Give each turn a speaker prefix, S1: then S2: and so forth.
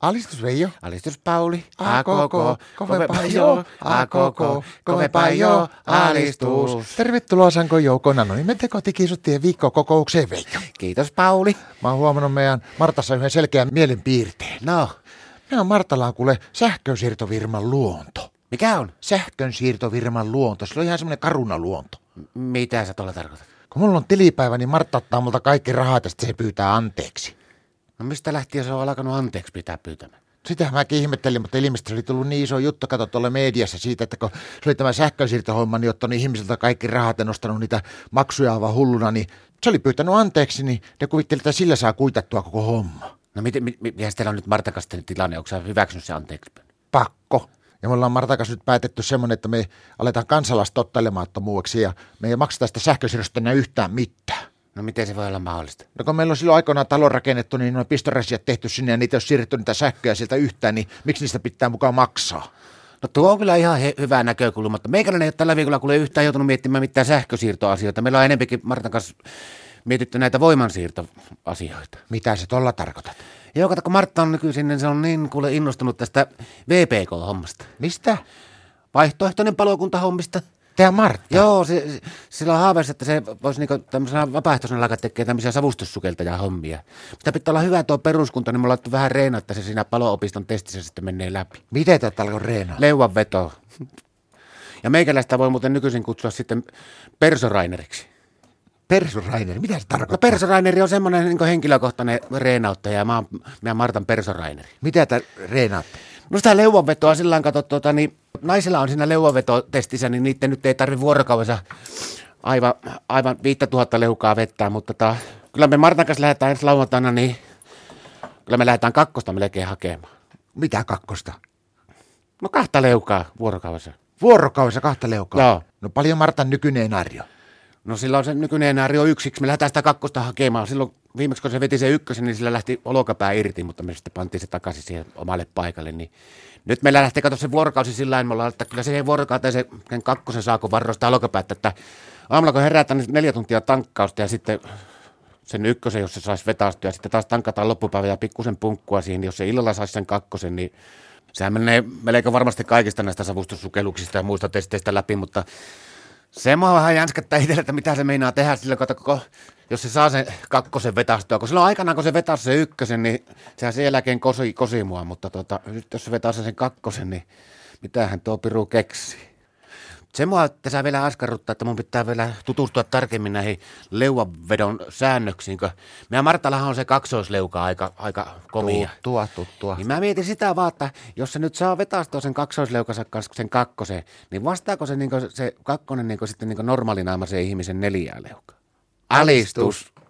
S1: Alistus Veijo.
S2: Alistus Pauli,
S1: A koko, kovempaa joo, a koko, kovempaa
S2: kovempaa
S1: joo, alistus. Tervetuloa Sanko Joukkoon Anonymen tekotikisuttiin viikkokokoukseen Veijo.
S2: Kiitos Pauli.
S1: Mä oon huomannut meidän Martassa yhden selkeän mielenpiirteen.
S2: No,
S1: Meidän Martalla on kuule sähkönsiirtovirman luonto.
S2: mikä on?
S1: Sähkönsiirtovirman luonto, sillä on ihan semmoinen karuna luonto.
S2: M- Mitä sä tuolla tarkoitat?
S1: Kun mulla on tilipäivä, niin Martta ottaa multa kaikki rahat ja sitten se pyytää anteeksi.
S2: No mistä lähtien se on alkanut anteeksi pitää pyytämään?
S1: Sitä mäkin ihmettelin, mutta ilmeisesti se oli tullut niin iso juttu, kato tuolla mediassa siitä, että kun se oli tämä sähkönsiirtohomma, niin ottanut ihmisiltä kaikki rahat ja nostanut niitä maksuja aivan hulluna, niin se oli pyytänyt anteeksi, niin ne kuvitteli, että sillä saa kuitattua koko homma.
S2: No miten, mi, mi, mikä teillä on nyt Martan kanssa sitten tilanne? Onko sä hyväksynyt se anteeksi? pyynnön?
S1: Pakko. Ja me ollaan Martakas nyt päätetty semmoinen, että me aletaan kansalaista tottelemattomuudeksi ja me ei makseta sitä sähkönsiirrosta enää yhtään mitään.
S2: No miten se voi olla mahdollista?
S1: No kun meillä on silloin aikoinaan talo rakennettu, niin nuo pistorasiat tehty sinne ja niitä ei ole siirretty niitä sähköjä sieltä yhtään, niin miksi niistä pitää mukaan maksaa?
S2: No tuo on kyllä ihan he, hyvä näkökulma, mutta meikäläinen ei ole tällä viikolla kuule yhtään joutunut miettimään mitään sähkösiirtoasioita. Meillä on enempikin Martan kanssa mietitty näitä voimansiirtoasioita.
S1: Mitä se tolla tarkoitat?
S2: Joo, kato, kun Martta on nykyisin, niin se on niin kuule innostunut tästä VPK-hommasta.
S1: Mistä?
S2: Vaihtoehtoinen palokuntahommista.
S1: Tää Martta.
S2: Joo, se, se- sillä on haaveissa, että se voisi niinku tämmöisenä vapaaehtoisena alkaa tekemään tämmöisiä savustussukeltajan hommia. Mutta pitää olla hyvä tuo peruskunta, niin me on laittu vähän reina, että se siinä paloopiston testissä sitten menee läpi.
S1: Miten tätä alkoi reenaa?
S2: Leuanveto. Ja meikäläistä voi muuten nykyisin kutsua sitten persoraineriksi.
S1: Persu Rainer, mitä se
S2: No
S1: tarkoittaa?
S2: persoraineri on semmoinen niin henkilökohtainen reenauttaja ja mä oon, mä oon Martan persoraineri.
S1: mitä tää reenaatte?
S2: No sitä leuanvetoa sillä on, kato, tuota, niin naisilla on siinä leuanvetotestissä, niin niiden nyt ei tarvi vuorokaudessa aivan, aivan 5000 leukaa vettää, mutta tota, kyllä me Martan kanssa lähdetään ensi lauantaina, niin kyllä me lähdetään kakkosta melkein hakemaan.
S1: Mitä kakkosta?
S2: No kahta leukaa vuorokaudessa.
S1: Vuorokaudessa kahta leukaa?
S2: Joo.
S1: No paljon Martan nykyinen enarjo.
S2: No sillä on se nykyinen enääri on yksiksi, me lähdetään sitä kakkosta hakemaan. Silloin viimeksi kun se veti se ykkösen, niin sillä lähti olkapää irti, mutta me sitten pantiin se takaisin siihen omalle paikalle. Niin nyt meillä lähtee katsoa se vuorokausi sillä tavalla, me ollaan, että kyllä se ei vuorokauteen se sen kakkosen saako varrostaa olkapäätä, että aamulla kun herätään, niin neljä tuntia tankkausta ja sitten sen ykkösen, jos se saisi vetästyä, ja sitten taas tankataan loppupäivä ja pikkusen punkkua siihen, niin jos se illalla saisi sen kakkosen, niin sehän menee melkein varmasti kaikista näistä savustussukelluksista ja muista testeistä läpi, mutta se mua vähän jänskättää itselle, että mitä se meinaa tehdä sillä, kato, koko, jos se saa sen kakkosen vetästyä. Kun silloin aikanaan, kun se vetää sen ykkösen, niin sehän sen jälkeen kosi, kosi mua, mutta tota, nyt jos se vetää sen kakkosen, niin mitähän tuo piru keksii. Se mua tässä vielä askarruttaa, että mun pitää vielä tutustua tarkemmin näihin leuanvedon säännöksiin, kun meidän Martallahan on se kaksoisleuka aika, aika komia.
S1: Tuttua, tuttua.
S2: Niin mä mietin sitä vaan, että jos se nyt saa vetästöä sen kaksoisleukansa kanssa sen kakkosen, niin vastaako niinku se, niin se kakkonen niin sitten niin normaalinaamaisen ihmisen neljää leukaa? Alistus.